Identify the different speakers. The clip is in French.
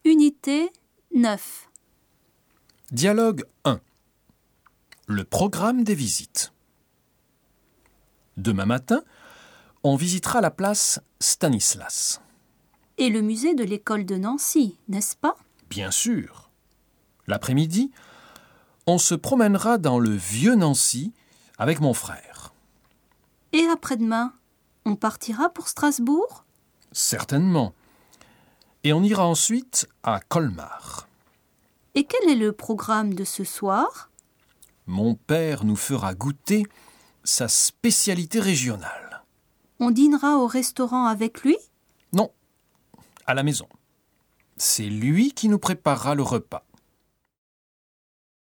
Speaker 1: Activité 9.
Speaker 2: Dialogue 1. Le programme des visites. Demain matin, on visitera la place Stanislas.
Speaker 1: Et le musée de l'école de Nancy, n'est-ce pas
Speaker 2: Bien sûr. L'après-midi, on se promènera dans le vieux Nancy avec mon frère.
Speaker 1: Et après-demain, on partira pour Strasbourg
Speaker 2: Certainement. Et on ira ensuite à Colmar.
Speaker 1: Et quel est le programme de ce soir
Speaker 2: Mon père nous fera goûter sa spécialité régionale.
Speaker 1: On dînera au restaurant avec lui
Speaker 2: Non, à la maison. C'est lui qui nous préparera le repas.